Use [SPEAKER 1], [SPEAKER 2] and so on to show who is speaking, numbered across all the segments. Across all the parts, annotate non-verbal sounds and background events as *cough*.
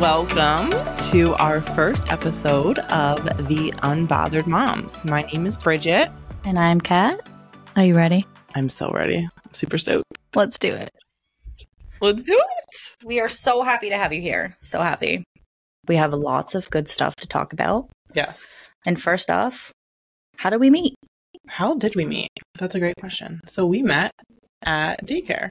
[SPEAKER 1] Welcome to our first episode of The Unbothered Moms. My name is Bridget.
[SPEAKER 2] And I'm Kat. Are you ready?
[SPEAKER 1] I'm so ready. I'm super stoked.
[SPEAKER 2] Let's do it.
[SPEAKER 1] Let's do it.
[SPEAKER 2] We are so happy to have you here. So happy. We have lots of good stuff to talk about.
[SPEAKER 1] Yes.
[SPEAKER 2] And first off, how do we meet?
[SPEAKER 1] How did we meet? That's a great question. So we met at daycare,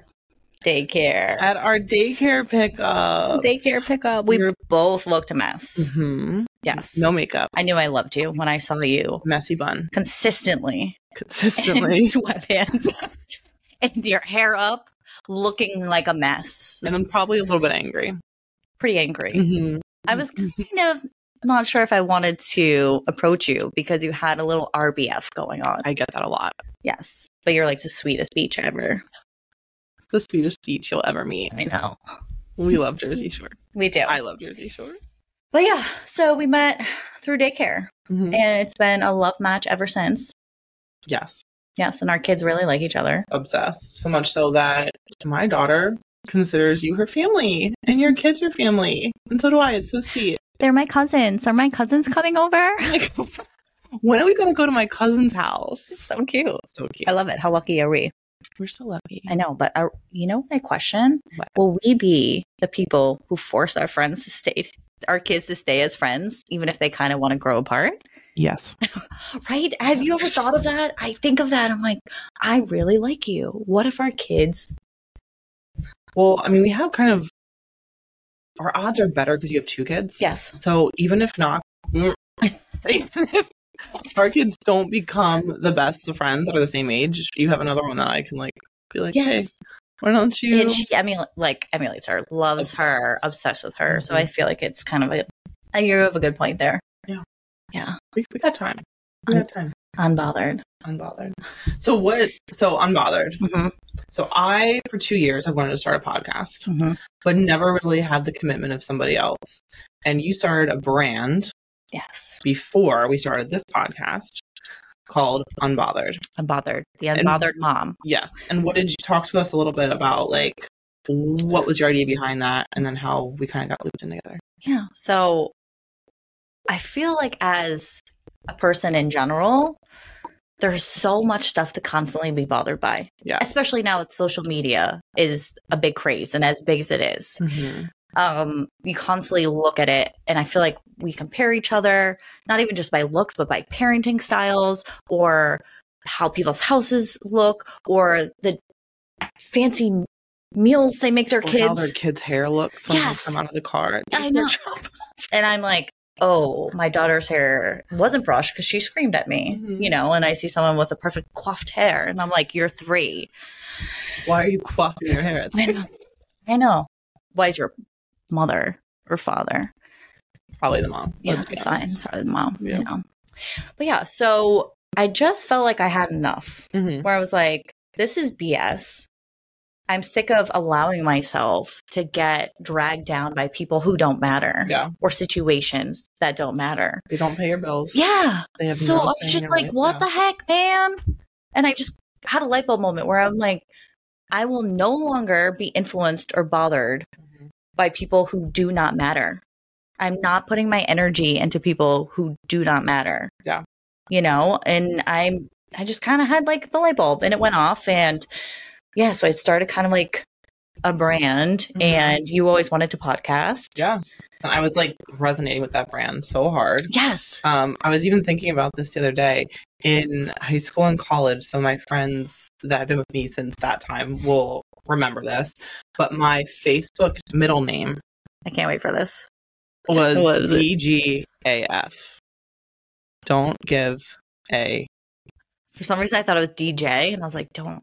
[SPEAKER 2] Daycare.
[SPEAKER 1] at our daycare pickup.
[SPEAKER 2] Oh, Daycare pickup. We Mm-hmm.
[SPEAKER 1] You're-
[SPEAKER 2] both looked a mess.
[SPEAKER 1] Mhm.
[SPEAKER 2] Yes.
[SPEAKER 1] No makeup,
[SPEAKER 2] I knew I loved you when I saw you
[SPEAKER 1] messy bun,
[SPEAKER 2] consistently
[SPEAKER 1] *laughs*
[SPEAKER 2] in *laughs*
[SPEAKER 1] consistently.
[SPEAKER 2] sweatpants *laughs* and your hair up, looking like a mess.
[SPEAKER 1] *laughs* and I'm probably a little bit angry.
[SPEAKER 2] Pretty angry.
[SPEAKER 1] Mhm.
[SPEAKER 2] I was kind of not sure if I wanted to approach you because you had a little RBF going on.
[SPEAKER 1] I get that a lot.
[SPEAKER 2] Yes. But you're like the sweetest beach ever.
[SPEAKER 1] The sweetest speech you'll ever meet.
[SPEAKER 2] I know.
[SPEAKER 1] We love Jersey Shore.
[SPEAKER 2] We do.
[SPEAKER 1] I love Jersey Shore.
[SPEAKER 2] but yeah, so we met through daycare
[SPEAKER 1] Mhm.
[SPEAKER 2] and it's been a love match ever since.
[SPEAKER 1] Yes,
[SPEAKER 2] Yes. And our kids really like each other.
[SPEAKER 1] obsessed. So much so that my daughter considers you her family and your kids your family. And so do I. It's so sweet. *laughs*
[SPEAKER 2] They're my cousins. Are my cousins coming over?
[SPEAKER 1] Like, when are we going to go to my cousin's house?
[SPEAKER 2] *laughs* so cute.
[SPEAKER 1] So cute.
[SPEAKER 2] I love it. How lucky are we?
[SPEAKER 1] We're so lucky.
[SPEAKER 2] I know. But are, you know what I question?
[SPEAKER 1] What?
[SPEAKER 2] Will we be the people who force our friends to stay? Our kids to stay as friends, even if they kind of want to grow apart.
[SPEAKER 1] Yes.
[SPEAKER 2] Right? Have you ever thought of that? I think of that. I'm like, I really like you. What if our kids?
[SPEAKER 1] Well, I mean, we have kind of our odds are better because you have two kids.
[SPEAKER 2] Yes.
[SPEAKER 1] So even if not, *laughs* even if our kids don't become the best of friends that are the same age, you have another one that I can like be like, hey,
[SPEAKER 2] Yes.
[SPEAKER 1] why don't you?
[SPEAKER 2] And she emul- like emulates her, loves her, obsessed with her.
[SPEAKER 1] Mm-hmm.
[SPEAKER 2] So I feel like it's kind of a, and you have a good point there.
[SPEAKER 1] Yeah.
[SPEAKER 2] Yeah.
[SPEAKER 1] we, we got time. We got time.
[SPEAKER 2] Unbothered.
[SPEAKER 1] Unbothered. So what? So unbothered.
[SPEAKER 2] hmm
[SPEAKER 1] So I, for two years, have wanted to start a podcast,
[SPEAKER 2] hmm
[SPEAKER 1] but never really had the commitment of somebody else. And you started a brand
[SPEAKER 2] Yes.
[SPEAKER 1] before we started this podcast called Unbothered.
[SPEAKER 2] Unbothered. The
[SPEAKER 1] And-
[SPEAKER 2] unbothered mom.
[SPEAKER 1] Yes. And what did you talk to us a little bit about, like what was your idea behind that, and then how we kind of got looped in together?
[SPEAKER 2] Yeah. So I feel like as a person in general, there's so much stuff to constantly be bothered by.
[SPEAKER 1] Yeah.
[SPEAKER 2] Especially now that social media is a big craze and as big as it is.
[SPEAKER 1] Mm-hmm.
[SPEAKER 2] Um, you constantly look at it and I feel like we compare each other, not even just by looks, but by parenting styles or how people's houses look or the fancy m- meals they make their
[SPEAKER 1] Or how
[SPEAKER 2] kids.
[SPEAKER 1] their kids' hair looks when
[SPEAKER 2] Yes.
[SPEAKER 1] they come out of the car. at
[SPEAKER 2] I
[SPEAKER 1] the
[SPEAKER 2] know.
[SPEAKER 1] workshop.
[SPEAKER 2] and I'm like, oh, my daughter's hair wasn't brushed because she screamed at me,
[SPEAKER 1] Mhm.
[SPEAKER 2] you know. And I see someone with a perfect coiffed hair, and I'm like, you're three.
[SPEAKER 1] *laughs* Why are you quaffing your hair?
[SPEAKER 2] *laughs* I know. I know. Why is your mother or father?
[SPEAKER 1] Probably the mom.
[SPEAKER 2] Yeah,
[SPEAKER 1] Let's be
[SPEAKER 2] it's
[SPEAKER 1] honest.
[SPEAKER 2] fine. It's probably the mom.
[SPEAKER 1] Yeah.
[SPEAKER 2] You know. But yeah, so I just felt like I had enough.
[SPEAKER 1] Mhm.
[SPEAKER 2] Where I was like, this is BS. I'm sick of allowing myself to get dragged down by people who don't matter
[SPEAKER 1] Yeah,
[SPEAKER 2] or situations that don't matter.
[SPEAKER 1] they don't pay your bills.
[SPEAKER 2] Yeah.
[SPEAKER 1] they have no
[SPEAKER 2] so I
[SPEAKER 1] say in
[SPEAKER 2] was just
[SPEAKER 1] your
[SPEAKER 2] like,
[SPEAKER 1] life.
[SPEAKER 2] what
[SPEAKER 1] Yeah.
[SPEAKER 2] the heck, man? And I just had a light bulb moment where I'm like, I will no longer be influenced or bothered
[SPEAKER 1] Mhm.
[SPEAKER 2] by people who do not matter. I'm not putting my energy into people who do not matter.
[SPEAKER 1] Yeah.
[SPEAKER 2] You know, and I'm, I just kind of had like the light bulb and it went off. And yeah, so I started kind of like a brand
[SPEAKER 1] Mhm.
[SPEAKER 2] and you always wanted to podcast.
[SPEAKER 1] Yeah, and I was like resonating with that brand so hard.
[SPEAKER 2] Yes.
[SPEAKER 1] Um, I was even thinking about this the other day in high school and college. So my friends that have been with me since that time will remember this. But my Facebook middle name
[SPEAKER 2] I can't wait for this.
[SPEAKER 1] was
[SPEAKER 2] What is it?
[SPEAKER 1] DGAF. Don't give a
[SPEAKER 2] For some reason, I thought it was DJ, and I was like, "Don't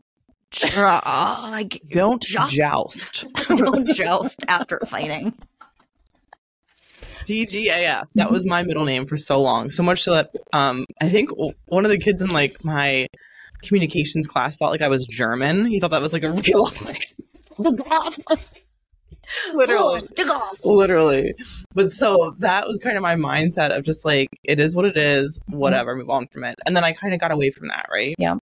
[SPEAKER 2] drag, *laughs*
[SPEAKER 1] don't
[SPEAKER 2] Joust.
[SPEAKER 1] joust.
[SPEAKER 2] don't joust after fighting."
[SPEAKER 1] DGAF. That was my middle name for so long. So much so that um, I think w- one of the kids in like my communications class thought like I was German. He thought that was like a real *laughs* like
[SPEAKER 2] The golf,
[SPEAKER 1] literally.
[SPEAKER 2] the golf.
[SPEAKER 1] Literally. But so that was kind of my mindset of just like, it is what it is, whatever, move on from it. And then I kind of got away from that, right?
[SPEAKER 2] Yeah.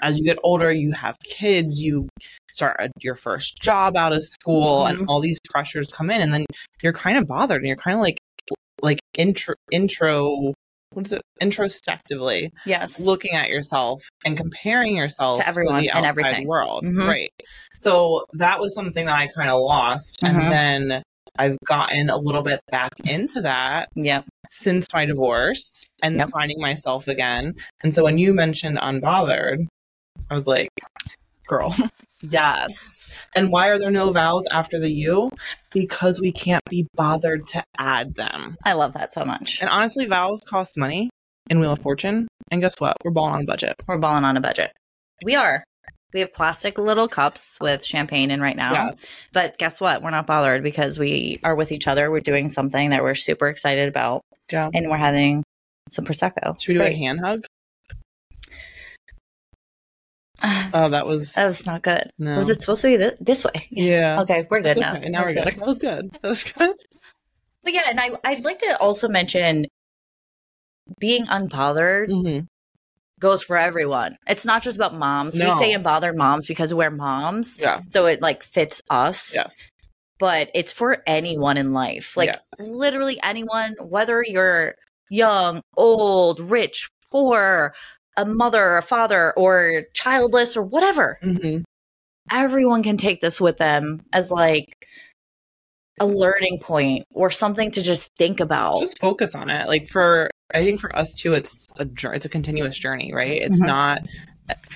[SPEAKER 1] as you get older, you have kids, you start a, your first job out of school, and all these pressures come in, and then you're kind of bothered, and you're kind of like like intro intro what is it introspectively
[SPEAKER 2] Yes.
[SPEAKER 1] looking at yourself and comparing yourself
[SPEAKER 2] To everyone
[SPEAKER 1] the
[SPEAKER 2] and
[SPEAKER 1] outside
[SPEAKER 2] everything.
[SPEAKER 1] world
[SPEAKER 2] Mhm.
[SPEAKER 1] right so that was something that i kind of lost
[SPEAKER 2] Mhm.
[SPEAKER 1] and then i've gotten a little bit back into that
[SPEAKER 2] Yep.
[SPEAKER 1] since my divorce and
[SPEAKER 2] Yep.
[SPEAKER 1] finding myself again and so when you mentioned unbothered i was like girl *laughs* yes and why are there no vowels after the u because we can't be bothered to add them
[SPEAKER 2] I love that so much.
[SPEAKER 1] and honestly, vowels cost money in Wheel of Fortune. And guess what? We're balling on a budget.
[SPEAKER 2] We're balling on a budget. We are. We have plastic little cups with champagne in right now.
[SPEAKER 1] Yeah.
[SPEAKER 2] But guess what? We're not bothered because we are with each other. We're doing something that we're super excited about
[SPEAKER 1] Yeah.
[SPEAKER 2] and we're having some Prosecco.
[SPEAKER 1] Should we do a hand hug? Oh, that was.
[SPEAKER 2] *sighs* That was not good.
[SPEAKER 1] no.
[SPEAKER 2] Was it supposed to be th- this way?
[SPEAKER 1] Yeah.
[SPEAKER 2] Okay, we're good
[SPEAKER 1] That's
[SPEAKER 2] now.
[SPEAKER 1] okay. Now
[SPEAKER 2] That's
[SPEAKER 1] we're good. That was good. That was good.
[SPEAKER 2] But yeah, and I, I'd like to also mention being unbothered
[SPEAKER 1] Mhm.
[SPEAKER 2] goes for everyone. It's not just about moms. We
[SPEAKER 1] No.
[SPEAKER 2] say unbothered moms because we're moms.
[SPEAKER 1] Yeah.
[SPEAKER 2] So it like fits us.
[SPEAKER 1] Yes.
[SPEAKER 2] but it's for anyone in life. Like
[SPEAKER 1] Yes.
[SPEAKER 2] literally anyone, whether you're young, old, rich, poor, a mother, a father, or childless, or whatever.
[SPEAKER 1] hmm
[SPEAKER 2] Everyone can take this with them as like a learning point or something to just think about.
[SPEAKER 1] Just focus on it. Like for, I think for us too, it's a jour- it's a continuous journey, right? It's
[SPEAKER 2] Mhm.
[SPEAKER 1] not.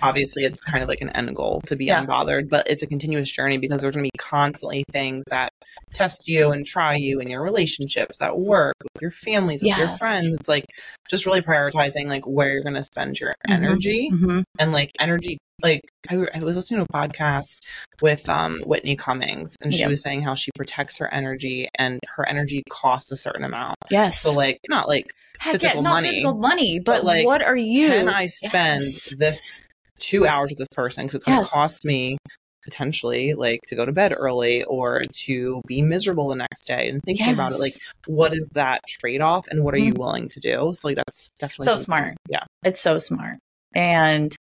[SPEAKER 1] Obviously, it's kind of like an end goal to be
[SPEAKER 2] Yeah.
[SPEAKER 1] unbothered, but it's a continuous journey because there's going to be constantly things that test you and try you in your relationships at work with your families with your
[SPEAKER 2] Yes.
[SPEAKER 1] friends it's like just really prioritizing like where you're going to spend your
[SPEAKER 2] Mhm.
[SPEAKER 1] energy
[SPEAKER 2] Mhm.
[SPEAKER 1] and like energy like I, I was listening to a podcast with um whitney cummings and she
[SPEAKER 2] Yeah.
[SPEAKER 1] was saying how she protects her energy and her energy costs a certain amount
[SPEAKER 2] Yes.
[SPEAKER 1] so like not like
[SPEAKER 2] Heck yeah,
[SPEAKER 1] physical
[SPEAKER 2] not
[SPEAKER 1] money,
[SPEAKER 2] physical money, but,
[SPEAKER 1] but, like,
[SPEAKER 2] what are you?
[SPEAKER 1] can i spend
[SPEAKER 2] Yes.
[SPEAKER 1] this two hours with this person because it's going to
[SPEAKER 2] Yes.
[SPEAKER 1] cost me potentially like to go to bed early or to be miserable the next day and thinking about it like
[SPEAKER 2] Yes.
[SPEAKER 1] what is that trade off and what are you
[SPEAKER 2] Mhm.
[SPEAKER 1] willing to do? So like that's definitely
[SPEAKER 2] so
[SPEAKER 1] something-
[SPEAKER 2] smart.
[SPEAKER 1] Yeah.
[SPEAKER 2] It's so smart. And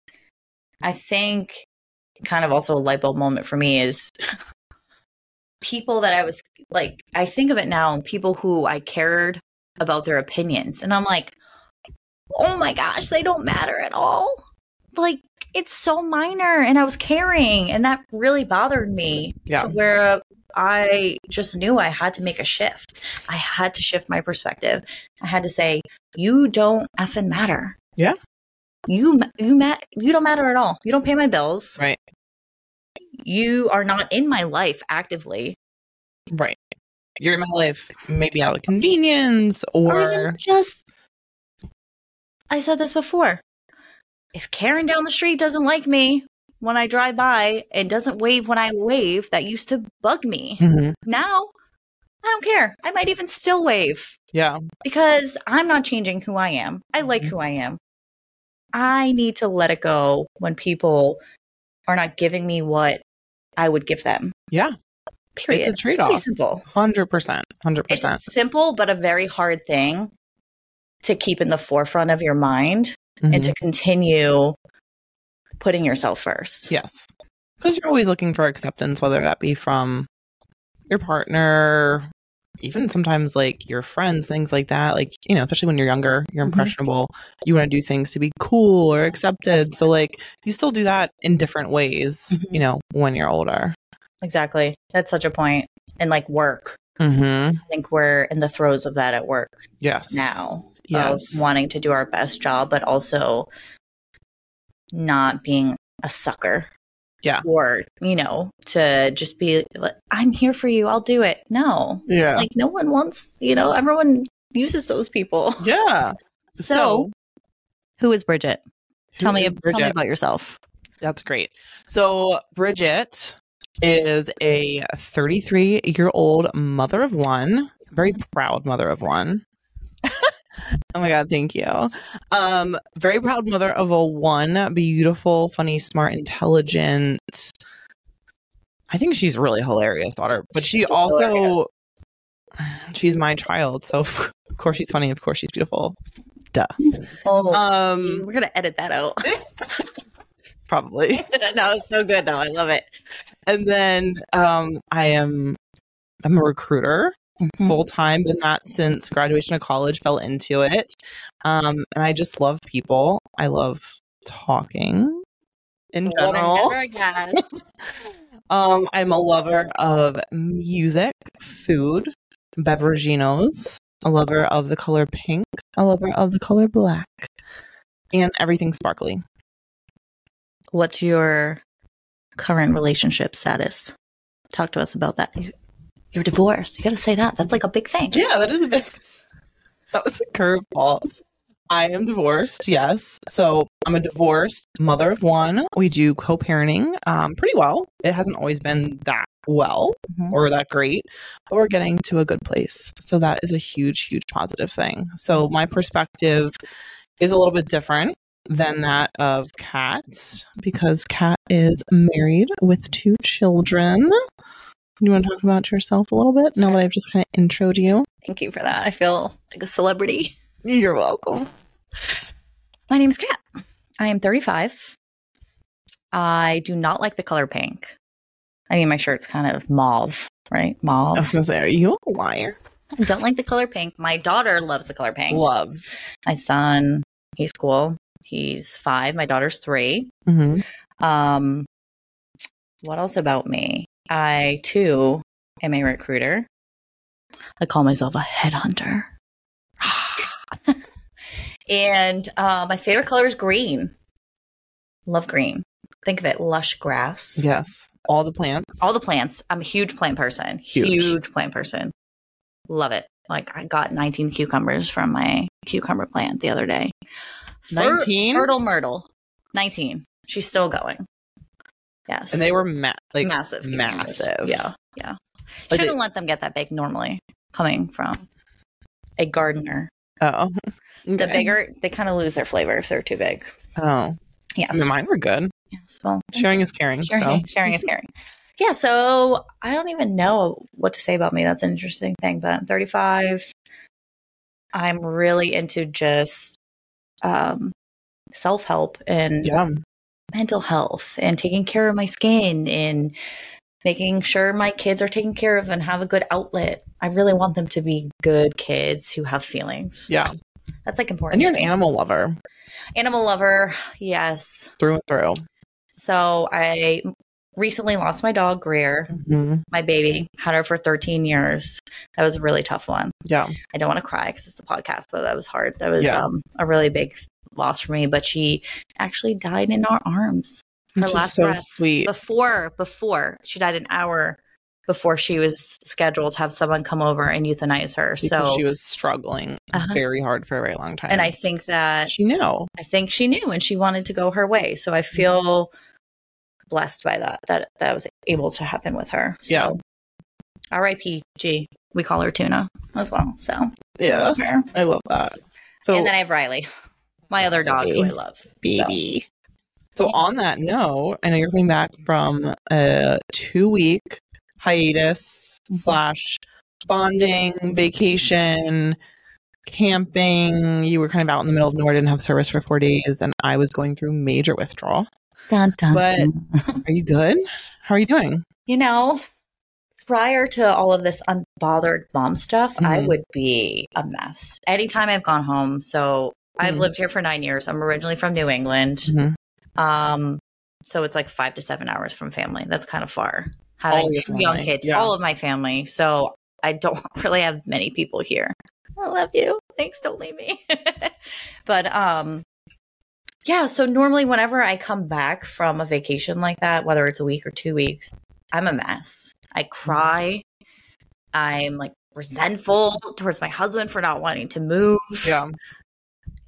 [SPEAKER 2] I think kind of also a light bulb moment for me is people that I was like, I think of it now, and people who I cared about their opinions. And I'm like, oh my gosh, they don't matter at all. Like, it's so minor. And I was caring. And that really bothered me
[SPEAKER 1] Yeah.
[SPEAKER 2] to where I just knew I had to make a shift. I had to shift my perspective. I had to say, you don't effing matter.
[SPEAKER 1] Yeah.
[SPEAKER 2] You ma- you ma- you don't matter at all. You don't pay my bills.
[SPEAKER 1] Right.
[SPEAKER 2] You are not in my life actively,
[SPEAKER 1] Right. You're in my life maybe out of convenience
[SPEAKER 2] or,
[SPEAKER 1] or,
[SPEAKER 2] even just. I said this before. If Karen down the street doesn't like me when I drive by and doesn't wave when I wave, that used to bug me.
[SPEAKER 1] Mhm.
[SPEAKER 2] Now, I don't care. I might even still wave.
[SPEAKER 1] yeah.
[SPEAKER 2] because I'm not changing who I am. I like
[SPEAKER 1] Mm-hmm.
[SPEAKER 2] who I am. I need to let it go when people are not giving me what I would give them.
[SPEAKER 1] Yeah.
[SPEAKER 2] Period.
[SPEAKER 1] It's a
[SPEAKER 2] pretty
[SPEAKER 1] trade-off.
[SPEAKER 2] simple.
[SPEAKER 1] Hundred percent. Hundred
[SPEAKER 2] It's
[SPEAKER 1] percent.
[SPEAKER 2] simple, but a very hard thing to keep in the forefront of your mind and
[SPEAKER 1] Mm-hmm.
[SPEAKER 2] to continue putting yourself first.
[SPEAKER 1] Yes. Because you're always looking for acceptance, whether that be from your partner, even sometimes like your friends, things like that. Like, you know, especially when you're younger, you're
[SPEAKER 2] Mhm.
[SPEAKER 1] impressionable. You want to do things to be cool or accepted. So, like, you still do that in different ways,
[SPEAKER 2] Mhm.
[SPEAKER 1] you know, when you're older.
[SPEAKER 2] Exactly. That's such a point. And like work,
[SPEAKER 1] Mm-hmm.
[SPEAKER 2] I think we're in the throes of that at work.
[SPEAKER 1] Yes.
[SPEAKER 2] Now,
[SPEAKER 1] Yes.
[SPEAKER 2] of wanting to do our best job, but also not being a sucker.
[SPEAKER 1] Yeah.
[SPEAKER 2] Or, you know, to just be like, I'm here for you. I'll do it. No.
[SPEAKER 1] yeah.
[SPEAKER 2] Like, no one wants, you know, everyone uses those people.
[SPEAKER 1] yeah.
[SPEAKER 2] So, Who is Bridget? Tell
[SPEAKER 1] who
[SPEAKER 2] me,
[SPEAKER 1] is
[SPEAKER 2] tell me about yourself.
[SPEAKER 1] That's great. So, Bridget is a 33 year old mother of one, very proud mother of one. *laughs* oh my God, thank you. Um, very proud mother of a one, beautiful, funny, smart, intelligent. I think she's really hilarious daughter, but she also
[SPEAKER 2] hilarious.
[SPEAKER 1] *sighs* she's my child, so *laughs* of course she's funny, of course she's beautiful.
[SPEAKER 2] Oh,
[SPEAKER 1] Um
[SPEAKER 2] we're going to edit *laughs* that out.
[SPEAKER 1] probably.
[SPEAKER 2] no, it's so good though. I love it.
[SPEAKER 1] And then um, I am I'm a recruiter
[SPEAKER 2] Mm-hmm.
[SPEAKER 1] full time, been that since graduation of college, fell into it. Um, and I just love people. I love talking in
[SPEAKER 2] Well, then
[SPEAKER 1] general.
[SPEAKER 2] never again.
[SPEAKER 1] Um, I'm a lover of music, food, beveraginos, a lover of the color pink, a lover of the color black, and everything sparkly.
[SPEAKER 2] What's your current relationship status? Talk to us about that. You, you're divorced. You got to say that. That's like a big thing.
[SPEAKER 1] *laughs* Yeah, that is a bit. That was a curveball. I am divorced, yes. So I'm a divorced mother of one. We do co parenting um, pretty well. It hasn't always been that well
[SPEAKER 2] Mhm.
[SPEAKER 1] or that great, but we're getting to a good place. So that is a huge, huge positive thing. So my perspective is a little bit different than that of Kat because Kat is married with two children. You want to talk about yourself a little bit now that I've just kind of introed you?
[SPEAKER 2] Thank you for that. I feel like a celebrity.
[SPEAKER 1] You're welcome.
[SPEAKER 2] My name is Kat. I am 35. I do not like the color pink. I mean, my shirt's kind of mauve, right?
[SPEAKER 1] I was
[SPEAKER 2] Mauve.
[SPEAKER 1] gonna say, are you a liar?
[SPEAKER 2] I *laughs* don't like the color pink. My daughter loves the color pink.
[SPEAKER 1] Loves.
[SPEAKER 2] My son, he's cool. He's five. My daughter's three.
[SPEAKER 1] Mm-hmm.
[SPEAKER 2] Um, what else about me? I too am a recruiter. I call myself a headhunter. *laughs* and uh, my favorite color is green. Love green. Think of it lush grass.
[SPEAKER 1] Yes. All the plants.
[SPEAKER 2] All the plants. I'm a huge plant person.
[SPEAKER 1] Huge.
[SPEAKER 2] plant person. Love it. Like I got 19 cucumbers from my cucumber plant the other day. Fer-
[SPEAKER 1] 19?
[SPEAKER 2] Fertile Myrtle. 19. She's still going. Yes.
[SPEAKER 1] and they were ma- like
[SPEAKER 2] massive. cucumbers.
[SPEAKER 1] massive.
[SPEAKER 2] Yeah. Yeah.
[SPEAKER 1] Like
[SPEAKER 2] Shouldn't
[SPEAKER 1] they-
[SPEAKER 2] let them get that big normally coming from a gardener.
[SPEAKER 1] oh.
[SPEAKER 2] The
[SPEAKER 1] *laughs* Okay.
[SPEAKER 2] bigger, they kind of lose their flavor if they're too big.
[SPEAKER 1] Oh.
[SPEAKER 2] Yes.
[SPEAKER 1] I mean, mine were good.
[SPEAKER 2] yes. Well,
[SPEAKER 1] Sharing is caring.
[SPEAKER 2] sharing, sharing is caring. Yeah. So I don't even know what to say about me. That's an interesting thing. But I'm 35. I'm really into just um, self help
[SPEAKER 1] So.
[SPEAKER 2] and
[SPEAKER 1] Yeah.
[SPEAKER 2] mental health and taking care of my skin and making sure my kids are taken care of and have a good outlet. I really want them to be good kids who have feelings.
[SPEAKER 1] Yeah.
[SPEAKER 2] That's like important.
[SPEAKER 1] And you're an
[SPEAKER 2] to me.
[SPEAKER 1] animal lover
[SPEAKER 2] animal lover. Yes.
[SPEAKER 1] through and through.
[SPEAKER 2] So I recently lost my dog Greer,
[SPEAKER 1] Mhm.
[SPEAKER 2] my baby. Had her for 13 years. That was a really tough one.
[SPEAKER 1] Yeah.
[SPEAKER 2] I don't want to cry because it's a podcast, but that was hard. That was
[SPEAKER 1] Yeah.
[SPEAKER 2] um, a really big loss for me. But she actually died in our arms. Her
[SPEAKER 1] Which is
[SPEAKER 2] last
[SPEAKER 1] so
[SPEAKER 2] breath.
[SPEAKER 1] sweet.
[SPEAKER 2] before before she died an hour before she was scheduled to have someone come over and euthanize her
[SPEAKER 1] Because
[SPEAKER 2] so
[SPEAKER 1] she was struggling
[SPEAKER 2] Uh-huh.
[SPEAKER 1] very hard for a very long time.
[SPEAKER 2] and i think that
[SPEAKER 1] she knew.
[SPEAKER 2] i think she knew and she wanted to go her way so i
[SPEAKER 1] Mm-hmm.
[SPEAKER 2] feel blessed by that that that was able to happen with her
[SPEAKER 1] Yeah.
[SPEAKER 2] so rip g we call her tuna as well so I
[SPEAKER 1] Yeah.
[SPEAKER 2] love her.
[SPEAKER 1] I love that. So
[SPEAKER 2] and then i have riley my other dog who i love So,
[SPEAKER 1] baby. So on that note, I know you're coming back from a two week hiatus
[SPEAKER 2] Mhm.
[SPEAKER 1] slash bonding, vacation, camping. You were kind of out in the middle of nowhere, didn't have service for four days, and I was going through major withdrawal.
[SPEAKER 2] dun, dun,
[SPEAKER 1] But-
[SPEAKER 2] dun.
[SPEAKER 1] Are you good? How are you doing?
[SPEAKER 2] you know, prior to all of this unbothered mom stuff, I
[SPEAKER 1] Mhm.
[SPEAKER 2] would be a mess. Anytime I've gone home, so I've
[SPEAKER 1] Mhm.
[SPEAKER 2] lived here for nine years. I'm originally from New England.
[SPEAKER 1] Mhm.
[SPEAKER 2] Um, so it's like five to seven hours from family. That's kind of far.
[SPEAKER 1] All
[SPEAKER 2] Having
[SPEAKER 1] your
[SPEAKER 2] two young
[SPEAKER 1] family,
[SPEAKER 2] kids,
[SPEAKER 1] yeah.
[SPEAKER 2] all of my family. So I don't *laughs* really have many people here. I love you. Thanks. Don't leave me. *laughs* but um, yeah. So normally, whenever I come back from a vacation like that, whether it's a week or two weeks, I'm a mess. I cry. I'm like resentful towards my husband for not wanting to move,
[SPEAKER 1] Yeah.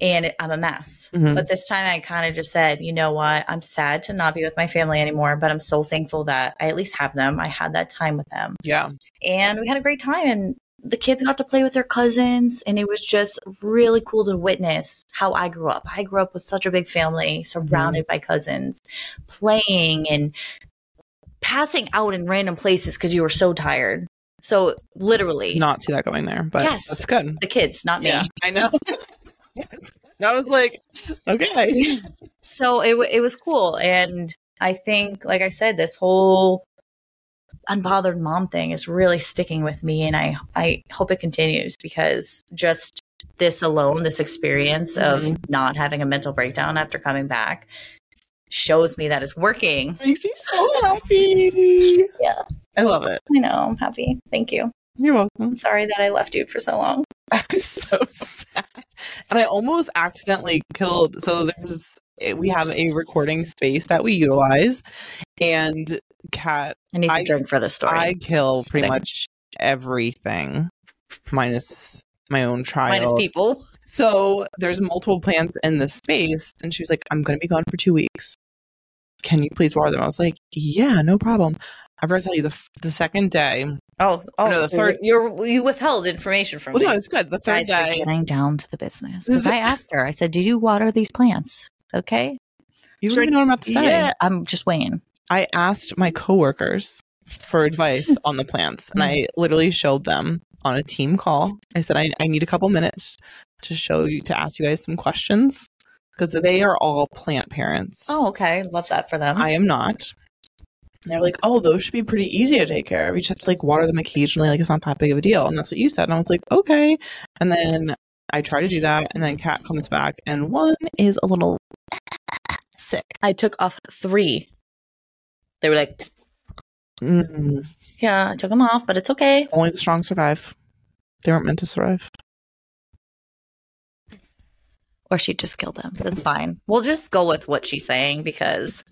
[SPEAKER 2] and I'm a mess.
[SPEAKER 1] Mhm.
[SPEAKER 2] But this time I kind of just said, you know what? I'm sad to not be with my family anymore, but I'm so thankful that I at least have them. I had that time with them.
[SPEAKER 1] Yeah.
[SPEAKER 2] And we had a great time. And the kids got to play with their cousins. And it was just really cool to witness how I grew up. I grew up with such a big family, surrounded by cousins, playing and passing out in random places because you were so tired. So literally,
[SPEAKER 1] Not see that going there, but
[SPEAKER 2] Yes.
[SPEAKER 1] that's good.
[SPEAKER 2] *laughs* the kids, not me.
[SPEAKER 1] Yeah. I know. Yes. And I was like,
[SPEAKER 2] *laughs*
[SPEAKER 1] okay.
[SPEAKER 2] so it w- it was cool, and I think, like I said, this whole unbothered mom thing is really sticking with me, and I I hope it continues because just this alone, this experience of
[SPEAKER 1] Mhm.
[SPEAKER 2] not having a mental breakdown after coming back, shows me that it's working.
[SPEAKER 1] Makes me so happy.
[SPEAKER 2] Yeah.
[SPEAKER 1] I love it.
[SPEAKER 2] I know. I'm happy. Thank you.
[SPEAKER 1] You're welcome. *laughs*
[SPEAKER 2] I'm sorry that I left you for so long.
[SPEAKER 1] I'm so sad. And I almost accidentally killed. So there's, eh, we have a recording space that we utilize. And Kat,
[SPEAKER 2] I need to
[SPEAKER 1] I-
[SPEAKER 2] drink for this story.
[SPEAKER 1] I kill pretty
[SPEAKER 2] Thing.
[SPEAKER 1] much everything minus my own child.
[SPEAKER 2] minus people.
[SPEAKER 1] So there's multiple plants in this space. And she was like, I'm going to be gone for two weeks. Can you please water them? I was like, yeah, no problem. I forgot to tell you the, f- the second day.
[SPEAKER 2] Oh, oh,
[SPEAKER 1] No, the
[SPEAKER 2] so
[SPEAKER 1] third-
[SPEAKER 2] You're you withheld information from
[SPEAKER 1] Well,
[SPEAKER 2] me.
[SPEAKER 1] no, it's good. The third
[SPEAKER 2] Guys, we're
[SPEAKER 1] day,
[SPEAKER 2] getting down to the business because *laughs* I asked her. I said, "Did you water these plants?" Okay.
[SPEAKER 1] you don't even know what I'm about to say.
[SPEAKER 2] Yeah, I'm just waiting.
[SPEAKER 1] I asked my coworkers for advice on the plants, and I literally showed them on a team call. I said, I, I need a couple minutes to show you, to ask you guys some questions because they are all plant parents.
[SPEAKER 2] Oh, okay. Love that for them.
[SPEAKER 1] I am not. And they're like, oh, those should be pretty easy to take care of. You just have to like water them occasionally. Like it's not that big of a deal. And that's what you said. And I was like, okay. And then I try to do that. And then Kat comes back, and one is a little sick.
[SPEAKER 2] I took off three. They were like, "Psst,
[SPEAKER 1] Mm,
[SPEAKER 2] "Yeah, I took them off, but it's okay."
[SPEAKER 1] only the strong survive. They weren't meant to survive.
[SPEAKER 2] Or she just killed them. That's fine. We'll just go with what she's saying because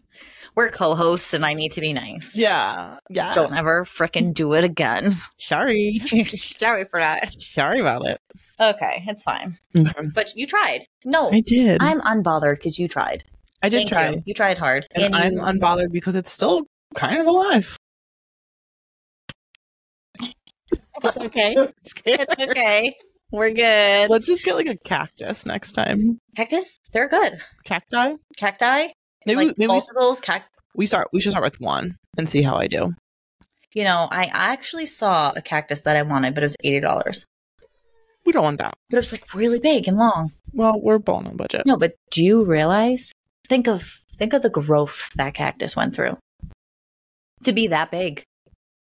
[SPEAKER 2] we're co-hosts and I need to be nice.
[SPEAKER 1] Yeah. Yeah.
[SPEAKER 2] Don't ever frickin' do it again. *laughs*
[SPEAKER 1] Sorry.
[SPEAKER 2] Sorry for that.
[SPEAKER 1] Sorry about it.
[SPEAKER 2] Okay, it's fine.
[SPEAKER 1] Okay.
[SPEAKER 2] But you tried. No,
[SPEAKER 1] Mm-hmm. I did. I,
[SPEAKER 2] I'm unbothered because you tried.
[SPEAKER 1] did
[SPEAKER 2] Thank
[SPEAKER 1] try.
[SPEAKER 2] You. You tried hard.
[SPEAKER 1] And I'm
[SPEAKER 2] you-
[SPEAKER 1] unbothered because it's still kind of alive.
[SPEAKER 2] *laughs*
[SPEAKER 1] *laughs*
[SPEAKER 2] It's okay.
[SPEAKER 1] So scared.
[SPEAKER 2] It's okay. We're good.
[SPEAKER 1] Let's just get like a cactus next time.
[SPEAKER 2] Cactus, they're good.
[SPEAKER 1] Cacti?
[SPEAKER 2] Cacti,
[SPEAKER 1] Maybe,
[SPEAKER 2] like
[SPEAKER 1] maybe we,
[SPEAKER 2] multiple cac-
[SPEAKER 1] we start. We should start with one and see how I do.
[SPEAKER 2] You know, I actually saw a cactus that I wanted, but it was eighty dollars.
[SPEAKER 1] We don't want that.
[SPEAKER 2] But it was like really big and long.
[SPEAKER 1] Well, we're balling on budget.
[SPEAKER 2] No, but do you realize? Think of think of the growth that cactus went through to be that big.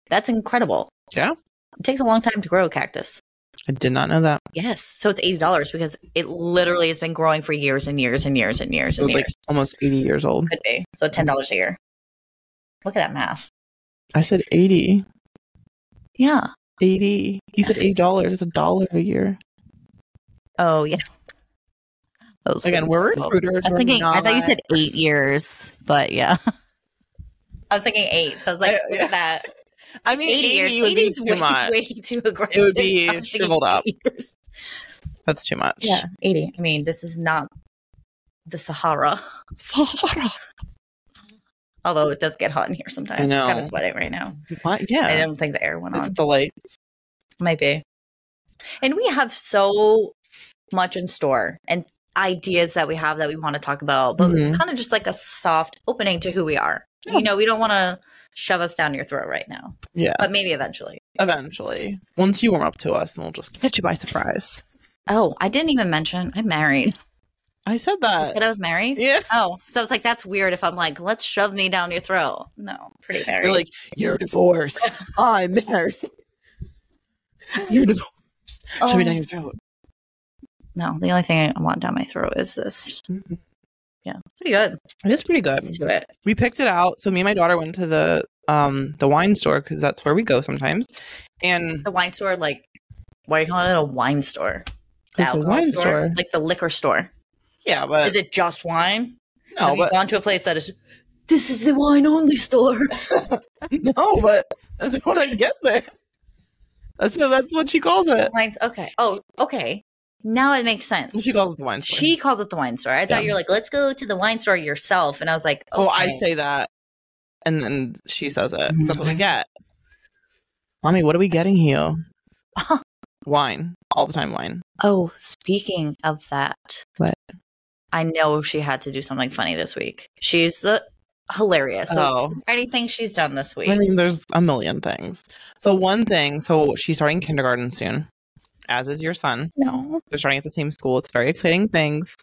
[SPEAKER 2] That's incredible.
[SPEAKER 1] Yeah.
[SPEAKER 2] It takes a long time to grow a cactus.
[SPEAKER 1] I did not know that.
[SPEAKER 2] Yes. So it's eighty dollars because it literally has been growing for years and years and years and
[SPEAKER 1] It
[SPEAKER 2] years and
[SPEAKER 1] was
[SPEAKER 2] years.
[SPEAKER 1] like almost eighty years old.
[SPEAKER 2] Could be. So ten dollars a year. Look at that math.
[SPEAKER 1] I said eighty.
[SPEAKER 2] Yeah.
[SPEAKER 1] Eighty. You said eighty dollars. It's a dollar a year.
[SPEAKER 2] Oh yeah. Those
[SPEAKER 1] Again, we're recruiters.
[SPEAKER 2] I'm
[SPEAKER 1] we're
[SPEAKER 2] thinking. I thought you
[SPEAKER 1] not-
[SPEAKER 2] said eight years, but yeah. I was thinking eight. So I was
[SPEAKER 1] I-
[SPEAKER 2] like, look
[SPEAKER 1] yeah.
[SPEAKER 2] at that.
[SPEAKER 1] I mean,
[SPEAKER 2] eight
[SPEAKER 1] *laughs* eighty,
[SPEAKER 2] years.
[SPEAKER 1] would be
[SPEAKER 2] Eighty's
[SPEAKER 1] too
[SPEAKER 2] way,
[SPEAKER 1] much.
[SPEAKER 2] way too aggressive.
[SPEAKER 1] be
[SPEAKER 2] *laughs* I was thinking
[SPEAKER 1] shriveled up.
[SPEAKER 2] eight years.
[SPEAKER 1] That's too much.
[SPEAKER 2] Yeah, eighty. I mean, this is not the Sahara,
[SPEAKER 1] *laughs* Sahara.
[SPEAKER 2] although it does get hot in here sometimes.
[SPEAKER 1] I know.
[SPEAKER 2] I'm kind of sweating right now.
[SPEAKER 1] What?
[SPEAKER 2] I
[SPEAKER 1] Yeah.
[SPEAKER 2] don't think the air went
[SPEAKER 1] It's
[SPEAKER 2] on.
[SPEAKER 1] the lights.
[SPEAKER 2] Might be. And we have so much in store and ideas that we have that we want to talk about, but it's
[SPEAKER 1] Mhm.
[SPEAKER 2] kind of just like a soft opening to who we are.
[SPEAKER 1] Yeah.
[SPEAKER 2] You know, we don't want to shove us down your throat right now,
[SPEAKER 1] Yeah.
[SPEAKER 2] but maybe eventually.
[SPEAKER 1] Eventually, once you warm up to us, and we'll just catch you by surprise.
[SPEAKER 2] Oh, I didn't even mention
[SPEAKER 1] *laughs*
[SPEAKER 2] I'm married.
[SPEAKER 1] I said
[SPEAKER 2] I
[SPEAKER 1] that.
[SPEAKER 2] said I was married.
[SPEAKER 1] Uh, Yeah.
[SPEAKER 2] Oh, so I was like, that's weird if I'm like, let's shove me down your throat. No, pretty married.
[SPEAKER 1] You're like, you're *laughs* divorced. I'm married. You're divorced.
[SPEAKER 2] Oh,
[SPEAKER 1] Shove it down your throat.
[SPEAKER 2] no, the only thing I want down my throat is this.
[SPEAKER 1] Mhm.
[SPEAKER 2] Yeah, it's pretty good.
[SPEAKER 1] It is pretty good.
[SPEAKER 2] Into it.
[SPEAKER 1] We picked it out. So me and my daughter went to the um the wine store because that's where we go sometimes. And
[SPEAKER 2] The wine store, like, why are you calling it a wine store? The
[SPEAKER 1] It's a
[SPEAKER 2] alcohol
[SPEAKER 1] wine store.
[SPEAKER 2] like the liquor store.
[SPEAKER 1] yeah, but
[SPEAKER 2] is it just wine?
[SPEAKER 1] no,
[SPEAKER 2] Have you
[SPEAKER 1] but
[SPEAKER 2] gone to a place that is? This is the wine only
[SPEAKER 1] *laughs*
[SPEAKER 2] store.
[SPEAKER 1] no, but that's what I get there. That's that's what she calls it.
[SPEAKER 2] Wines. Okay. Oh, okay. Now it makes sense.
[SPEAKER 1] She calls it the wine store.
[SPEAKER 2] She calls it the wine store. I
[SPEAKER 1] Yeah.
[SPEAKER 2] thought you were like, let's go to the wine store yourself, and I was like,
[SPEAKER 1] Oh, I
[SPEAKER 2] okay. Mm-hmm.
[SPEAKER 1] say that, and then she says it. That's what I get. Mommy, what are we getting
[SPEAKER 2] *laughs*
[SPEAKER 1] here? wine, all the time. Wine.
[SPEAKER 2] Oh, speaking of that,
[SPEAKER 1] What?
[SPEAKER 2] I know she had to do something funny this week. She's the hilarious. So
[SPEAKER 1] oh,
[SPEAKER 2] anything she's done this week,
[SPEAKER 1] I mean, there's a million things. So one thing. So she's starting kindergarten soon, as is your son.
[SPEAKER 2] No.
[SPEAKER 1] They're starting at the same school. It's very exciting things.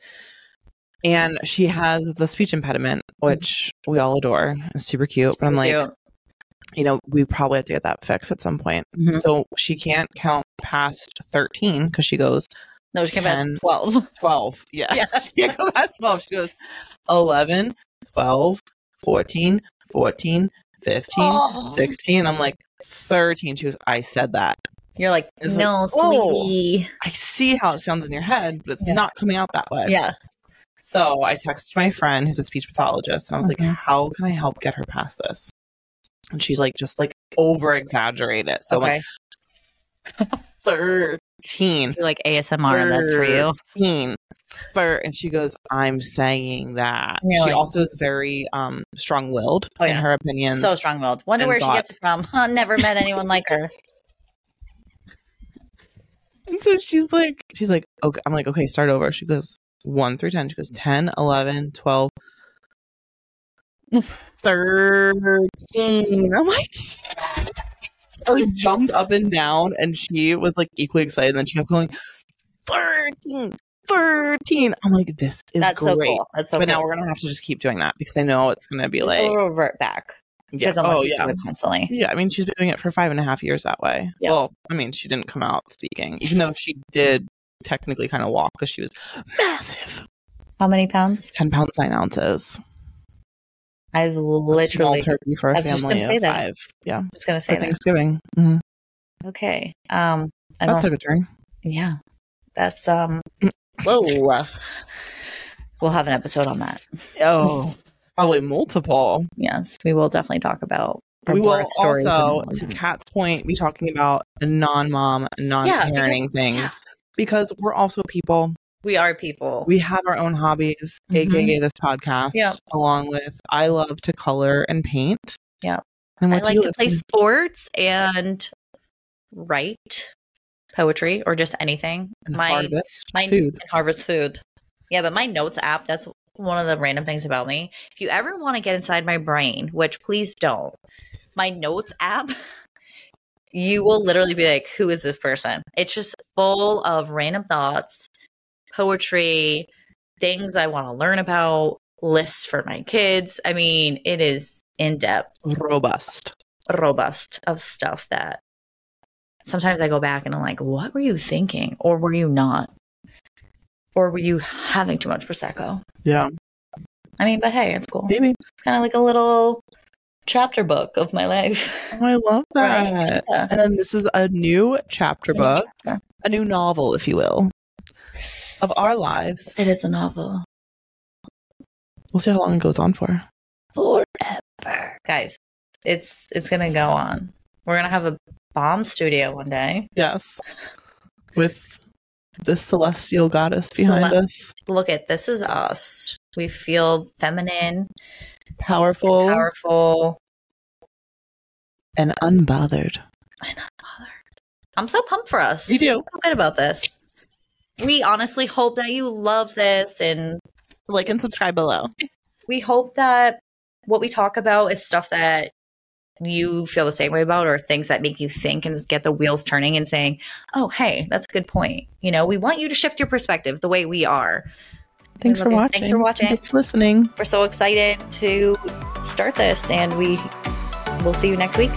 [SPEAKER 1] And she has the speech impediment, which we all adore. It's super cute. But I'm like,
[SPEAKER 2] Cute.
[SPEAKER 1] you know, we probably have to get that fixed at some point.
[SPEAKER 2] Mhm.
[SPEAKER 1] So she can't count past 13 because she goes
[SPEAKER 2] No, she came out
[SPEAKER 1] Ten.
[SPEAKER 2] as 12.
[SPEAKER 1] 12. *laughs* Yeah. she can't go past 12. She goes 11, 12, 14, 14, 15,
[SPEAKER 2] Oh.
[SPEAKER 1] 16. I'm like, 13. She goes, I said that.
[SPEAKER 2] You're like,
[SPEAKER 1] It's
[SPEAKER 2] no,
[SPEAKER 1] like, whoa.
[SPEAKER 2] sweetie.
[SPEAKER 1] I see how it sounds in your head, but it's
[SPEAKER 2] Yeah.
[SPEAKER 1] not coming out that way.
[SPEAKER 2] Yeah.
[SPEAKER 1] So I texted my friend who's a speech pathologist and I was
[SPEAKER 2] Mhm.
[SPEAKER 1] like, how can I help get her past this? And she's like, just like over exaggerate it. So
[SPEAKER 2] okay.
[SPEAKER 1] I'm like, 13,
[SPEAKER 2] You're like ASMR, that's for you.
[SPEAKER 1] 13, thir-" And she goes, I'm saying that.
[SPEAKER 2] You're
[SPEAKER 1] she
[SPEAKER 2] like-
[SPEAKER 1] also is very um, strong willed
[SPEAKER 2] Oh,
[SPEAKER 1] in
[SPEAKER 2] yeah.
[SPEAKER 1] her opinions.
[SPEAKER 2] So strong willed. Wonder
[SPEAKER 1] and
[SPEAKER 2] where she
[SPEAKER 1] thought-
[SPEAKER 2] gets it from. *laughs* Huh, never met anyone like
[SPEAKER 1] *laughs*
[SPEAKER 2] her.
[SPEAKER 1] And so she's like, she's like, okay. I'm like, okay, start over. She goes one through 10. She goes 10, 11,
[SPEAKER 2] *sighs*
[SPEAKER 1] 12, 13. I'm like, I like jumped up and down and she was like equally excited. And then she kept going 13, 13. I'm like, this is
[SPEAKER 2] That's
[SPEAKER 1] great.
[SPEAKER 2] so cool. That's so
[SPEAKER 1] but
[SPEAKER 2] cool.
[SPEAKER 1] now we're going to have to just keep doing that because I know it's going to be like,
[SPEAKER 2] It'll revert back.
[SPEAKER 1] yeah.
[SPEAKER 2] Because unless
[SPEAKER 1] oh,
[SPEAKER 2] you
[SPEAKER 1] yeah.
[SPEAKER 2] do it constantly.
[SPEAKER 1] Yeah, I mean, she's been doing it for five and a half years that way.
[SPEAKER 2] Yeah.
[SPEAKER 1] Well, I mean, she didn't come out speaking, even though she did technically kind of walk because she was massive
[SPEAKER 2] How many pounds?
[SPEAKER 1] 10 pounds, nine ounces.
[SPEAKER 2] I've literally
[SPEAKER 1] Small turkey for a
[SPEAKER 2] I was just
[SPEAKER 1] family
[SPEAKER 2] gonna say
[SPEAKER 1] of
[SPEAKER 2] that.
[SPEAKER 1] five. Yeah.
[SPEAKER 2] just gonna
[SPEAKER 1] For
[SPEAKER 2] say that.
[SPEAKER 1] Thanksgiving. hmm
[SPEAKER 2] Okay. Um
[SPEAKER 1] That
[SPEAKER 2] I don't
[SPEAKER 1] took a turn.
[SPEAKER 2] yeah. That's um
[SPEAKER 1] *laughs*
[SPEAKER 2] whoa. We'll have an episode on that.
[SPEAKER 1] Oh, probably multiple.
[SPEAKER 2] Yes, we will definitely talk about our
[SPEAKER 1] we will
[SPEAKER 2] birth stories and
[SPEAKER 1] also,
[SPEAKER 2] all
[SPEAKER 1] to
[SPEAKER 2] that.
[SPEAKER 1] Kat's point, be talking about the non mom, non parenting
[SPEAKER 2] because-
[SPEAKER 1] things.
[SPEAKER 2] yeah,
[SPEAKER 1] Because we're also people.
[SPEAKER 2] we are people.
[SPEAKER 1] We have our own hobbies,
[SPEAKER 2] Mhm.
[SPEAKER 1] aka this podcast,
[SPEAKER 2] Yep.
[SPEAKER 1] along with I love to color and paint.
[SPEAKER 2] Yep.
[SPEAKER 1] And
[SPEAKER 2] I
[SPEAKER 1] what do you
[SPEAKER 2] like to
[SPEAKER 1] love
[SPEAKER 2] play sports and write poetry or just anything.
[SPEAKER 1] and
[SPEAKER 2] my
[SPEAKER 1] harvest
[SPEAKER 2] my
[SPEAKER 1] food.
[SPEAKER 2] and harvest food. Yeah, but my notes app, that's one of the random things about me. If you ever want to get inside my brain, which please don't, my notes app, *laughs* you will literally be like, who is this person? It's just full of random thoughts, poetry, things I want to learn about, lists for my kids. I mean, it is in depth,
[SPEAKER 1] Robust.
[SPEAKER 2] robust of stuff that sometimes I go back and I'm like, what were you thinking? Or were you not? Or were you having too much Prosecco?
[SPEAKER 1] Yeah.
[SPEAKER 2] I mean, but hey, it's cool. It's
[SPEAKER 1] Maybe.
[SPEAKER 2] kind of like a little chapter book of my life.
[SPEAKER 1] Oh, I love that.
[SPEAKER 2] Right. Yeah.
[SPEAKER 1] And then this is a new chapter book,
[SPEAKER 2] Chapter.
[SPEAKER 1] a new novel, if you will, of our lives.
[SPEAKER 2] It is a novel.
[SPEAKER 1] We'll see how long it goes on for.
[SPEAKER 2] Forever. Guys, it's it's gonna go on. We're gonna have a bomb studio one day.
[SPEAKER 1] Yes. With the celestial goddess behind
[SPEAKER 2] Celest-
[SPEAKER 1] us.
[SPEAKER 2] Look at this is us. We feel feminine,
[SPEAKER 1] Powerful
[SPEAKER 2] powerful.
[SPEAKER 1] and unbothered.
[SPEAKER 2] I'm so pumped for us.
[SPEAKER 1] You do.
[SPEAKER 2] I'm good about this. We honestly hope that you love this, and
[SPEAKER 1] Like and subscribe below.
[SPEAKER 2] we hope that what we talk about is stuff that you feel the same way about, or things that make you think and just get the wheels turning and saying, "Oh, hey, that's a good point." You know, we want you to shift your perspective the way we are.
[SPEAKER 1] Thanks
[SPEAKER 2] We
[SPEAKER 1] for
[SPEAKER 2] love you.
[SPEAKER 1] watching.
[SPEAKER 2] Thanks for watching.
[SPEAKER 1] Thanks for listening.
[SPEAKER 2] We're so excited to start this, and we will see you next week.